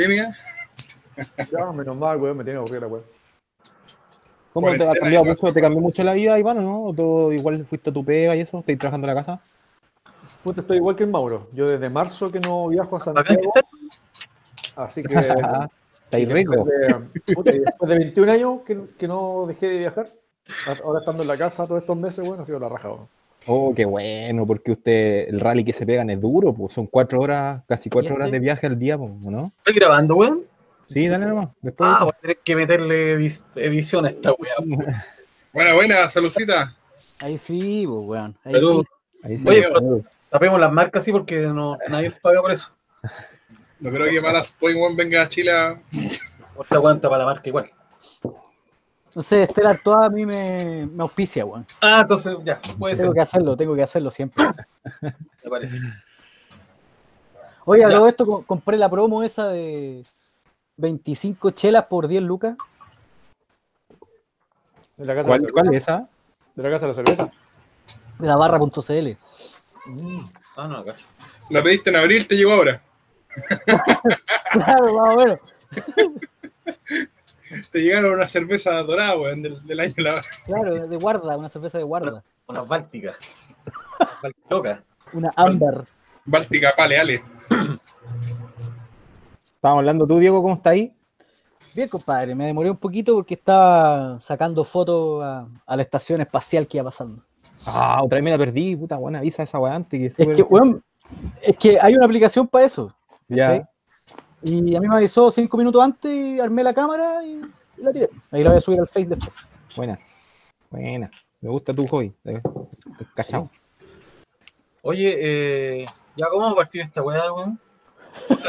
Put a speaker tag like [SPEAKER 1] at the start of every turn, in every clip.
[SPEAKER 1] pandemia.
[SPEAKER 2] Ya, menos mal, weón, me tiene aburrida, weón.
[SPEAKER 3] ¿Cómo te ha
[SPEAKER 1] Cuarentena,
[SPEAKER 3] cambiado
[SPEAKER 1] Iván.
[SPEAKER 3] mucho? ¿Te cambió mucho la vida, Iván, o no? ¿O tú igual fuiste a tu pega y eso? ¿Estás trabajando en la casa?
[SPEAKER 2] Puta, estoy igual que el Mauro. Yo desde marzo que no viajo a
[SPEAKER 4] Bacán que
[SPEAKER 2] Santiago,
[SPEAKER 4] estés.
[SPEAKER 2] así que.
[SPEAKER 3] Ah, ¿Estáis rico?
[SPEAKER 2] Después de, puta, y después de 21 años que, que no dejé de viajar, a- ahora estando en la casa todos estos meses, bueno, ha sido la raja, weón.
[SPEAKER 3] Oh, qué bueno, porque usted, el rally que se pegan es duro, pues son cuatro horas, casi cuatro horas de viaje al día, pues, ¿no?
[SPEAKER 4] Estoy grabando, weón.
[SPEAKER 3] Sí, dale nomás. Después.
[SPEAKER 4] Ah, voy a tener que meterle edi- edición a esta weá.
[SPEAKER 1] Buena, buena, saludcita.
[SPEAKER 5] Ahí sí, pues, weón. Ahí
[SPEAKER 4] Salud.
[SPEAKER 5] sí.
[SPEAKER 3] Ahí
[SPEAKER 4] Oye,
[SPEAKER 3] ve.
[SPEAKER 4] Tapemos las marcas así porque no, nadie nos paga por eso.
[SPEAKER 1] No creo que Malas Point One venga a Chile. a-
[SPEAKER 4] Otra cuanta para la marca igual.
[SPEAKER 5] No sé, Estela Artois a mí me, me auspicia, weón.
[SPEAKER 4] Ah, entonces ya, puede ser.
[SPEAKER 5] Tengo que hacerlo, tengo que hacerlo siempre.
[SPEAKER 4] Me parece.
[SPEAKER 5] Oye, a
[SPEAKER 4] Ya.
[SPEAKER 5] todo esto co- compré la promo esa de 25 chelas por 10 lucas.
[SPEAKER 2] De la casa, de
[SPEAKER 3] ¿Cuál,
[SPEAKER 2] la,
[SPEAKER 3] cuál es esa?
[SPEAKER 2] de la casa de la cerveza.
[SPEAKER 5] De la barra.cl.
[SPEAKER 4] Ah, no, cacho.
[SPEAKER 1] La pediste en abril, te llegó ahora.
[SPEAKER 5] Claro, más o menos.
[SPEAKER 1] Te llegaron una cerveza dorada, weón, del, del año. La...
[SPEAKER 5] Claro, de guarda, una cerveza de guarda.
[SPEAKER 4] Unas bálticas. Baltica.
[SPEAKER 5] Una ámbar.
[SPEAKER 1] Báltica Pale, Ale.
[SPEAKER 3] Estábamos hablando tú, Diego, ¿cómo está ahí?
[SPEAKER 5] Bien, compadre, me demoré un poquito porque estaba sacando fotos a, a la estación espacial que iba pasando.
[SPEAKER 3] Ah, otra vez me la perdí, puta, buena avisa esa weá antes. Que es
[SPEAKER 5] Es
[SPEAKER 3] súper-
[SPEAKER 4] pues.
[SPEAKER 5] que, weón, es que hay una aplicación para eso. ¿cachai?
[SPEAKER 3] ya.
[SPEAKER 5] Y a mí me avisó cinco minutos antes y armé la cámara y, y la tiré. Ahí la voy a subir al Face después.
[SPEAKER 3] Buena. Buena. Me gusta tu hobby. eh. Cachao.
[SPEAKER 4] Oye, eh, ya, ¿cómo vamos a partir esta weá, weón?
[SPEAKER 3] ¿Cómo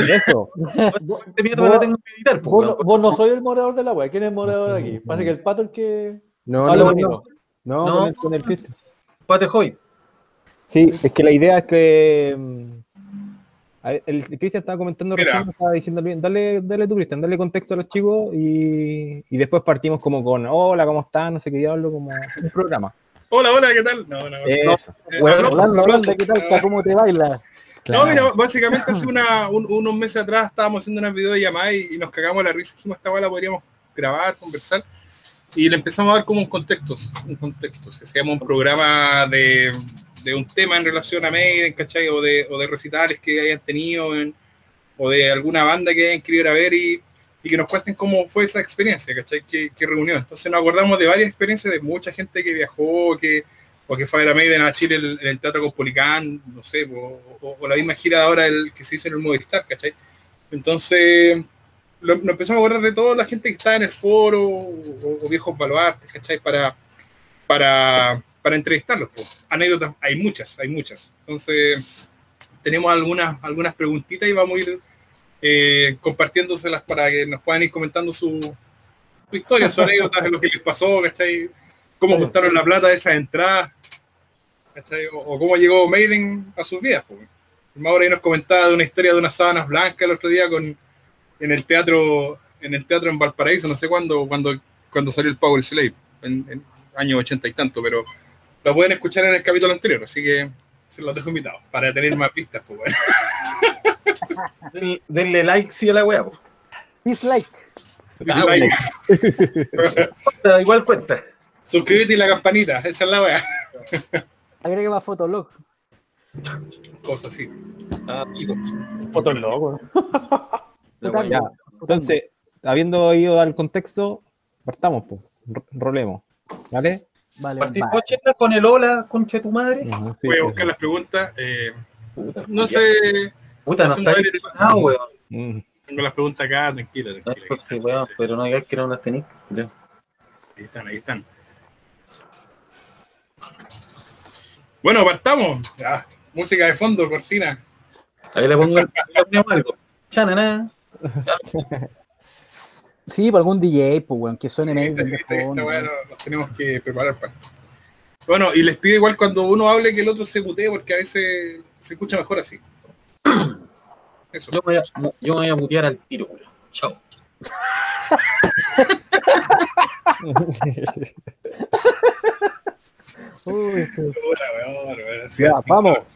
[SPEAKER 3] es eso?
[SPEAKER 4] ¿Cuánta mierda la tengo que editar, po,
[SPEAKER 2] Vos, no-
[SPEAKER 4] weón?
[SPEAKER 2] vos no soy el moderador de la wea. ¿Quién es el moderador aquí? Parece que el pato el que.
[SPEAKER 3] No,
[SPEAKER 2] habla
[SPEAKER 3] no,
[SPEAKER 2] bonito.
[SPEAKER 3] no. No,
[SPEAKER 4] No.
[SPEAKER 3] con el- con el Cristo.
[SPEAKER 4] Pate Hoy.
[SPEAKER 3] Sí, es que la idea es que. mm, a ver, el Cristian estaba comentando
[SPEAKER 1] Mira.
[SPEAKER 3] recién, estaba diciendo bien, dale, dale tú, Cristian, dale contexto a los chicos y, y después partimos como con hola, ¿cómo están? No sé qué diablo, como un programa.
[SPEAKER 1] Hola, hola, ¿qué tal? No, no.
[SPEAKER 3] Eso,
[SPEAKER 1] Eh,
[SPEAKER 5] Bueno,
[SPEAKER 1] aplausos,
[SPEAKER 5] Rolando, Rolando,
[SPEAKER 1] aplausos.
[SPEAKER 5] ¿qué tal? está? ¿Cómo te baila?
[SPEAKER 1] No,
[SPEAKER 3] claro.
[SPEAKER 1] mira, básicamente hace una- un- unos meses atrás estábamos haciendo una videollamada y, y nos cagamos la risa. Dijimos, esta weá la podríamos grabar, conversar. Y le empezamos a dar como un contexto. Un contexto. Si hacíamos un programa de, de un tema en relación a Maiden, ¿cachai? O de, o de recitales que hayan tenido, en- o de alguna banda que hayan querido ir a ver y, y que nos cuenten cómo fue esa experiencia, ¿cachai? ¿Qué, qué reunión? Entonces nos acordamos de varias experiencias de mucha gente que viajó, que, o que fue a ver a Maiden a Chile en el, en el Teatro Cospolicán, no sé, po, o, o la misma gira de ahora del- que se hizo en el Movistar, ¿cachai? Entonces, lo, nos empezamos a acordar de toda la gente que estaba en el foro o, o viejos baluartes, ¿cachai? Para, para, para entrevistarlos, po. Anécdotas, hay muchas, hay muchas. Entonces, tenemos algunas, algunas preguntitas y vamos a ir eh, compartiéndoselas para que nos puedan ir comentando su, su historia, su anécdota, lo que les pasó, ¿cachai? cómo juntaron la plata de esas entradas, ¿cachai? o, o cómo llegó Maiden a sus vidas. po. El Mauro ahí nos comentaba de una historia de unas sábanas blancas el otro día con, en el teatro en el teatro en Valparaíso, no sé cuándo cuando, cuando salió el Power Slave, en, en años ochenta y tanto, pero la pueden escuchar en el capítulo anterior, así que se los dejo invitados para tener más pistas. po, weón.
[SPEAKER 3] Ah,
[SPEAKER 4] Den- Denle like sí a la weá, po.
[SPEAKER 5] Dislike.
[SPEAKER 1] Dislike.
[SPEAKER 4] Cuenta, Igual cuenta.
[SPEAKER 1] Suscríbete y la campanita, esa es la wea.
[SPEAKER 5] Agrega más fotolog.
[SPEAKER 1] Cosas así.
[SPEAKER 4] Ah, sí, po.
[SPEAKER 2] Foto en loco.
[SPEAKER 4] La weá.
[SPEAKER 3] Ya. Entonces, habiendo ido al contexto, partamos, pues, ro- rolemos. ¿Vale?
[SPEAKER 5] Vale,
[SPEAKER 4] Partir
[SPEAKER 5] vale.
[SPEAKER 4] cocheta con el hola, conche tu madre.
[SPEAKER 3] Ujú, sí,
[SPEAKER 1] Voy a
[SPEAKER 3] sí,
[SPEAKER 1] buscar
[SPEAKER 3] sí.
[SPEAKER 1] las preguntas. eh,
[SPEAKER 4] Puta,
[SPEAKER 1] no sé.
[SPEAKER 4] Puta, no
[SPEAKER 1] no sé,
[SPEAKER 4] está
[SPEAKER 1] no hay-
[SPEAKER 4] preparado, weón.
[SPEAKER 3] Mm.
[SPEAKER 1] Tengo las preguntas acá, tranquila,
[SPEAKER 4] No,
[SPEAKER 1] tranquila.
[SPEAKER 4] pues sí, weón, pero no digas que no las tenéis. Ya.
[SPEAKER 1] Ahí están, ahí están. Bueno, partamos. Ya, música de fondo, cortina.
[SPEAKER 4] Ahí le pongo, ahí le ponemos algo. Chanana.
[SPEAKER 5] Sí, para algún DJ, pues, weón, que suene
[SPEAKER 1] Sí, este,
[SPEAKER 5] medio de
[SPEAKER 1] esta- esta- esta
[SPEAKER 5] fondo,
[SPEAKER 1] weá
[SPEAKER 5] weón.
[SPEAKER 1] nos- nos tenemos que preparar para. Bueno, y les pido igual cuando uno hable que el otro se putee, porque a veces se escucha mejor así. Eso.
[SPEAKER 4] Yo me, voy a, yo me voy a mutear al tiro, weón. Chao.
[SPEAKER 5] Uy, este-
[SPEAKER 1] Hola, weón, weón, así.
[SPEAKER 3] Ya, vamos.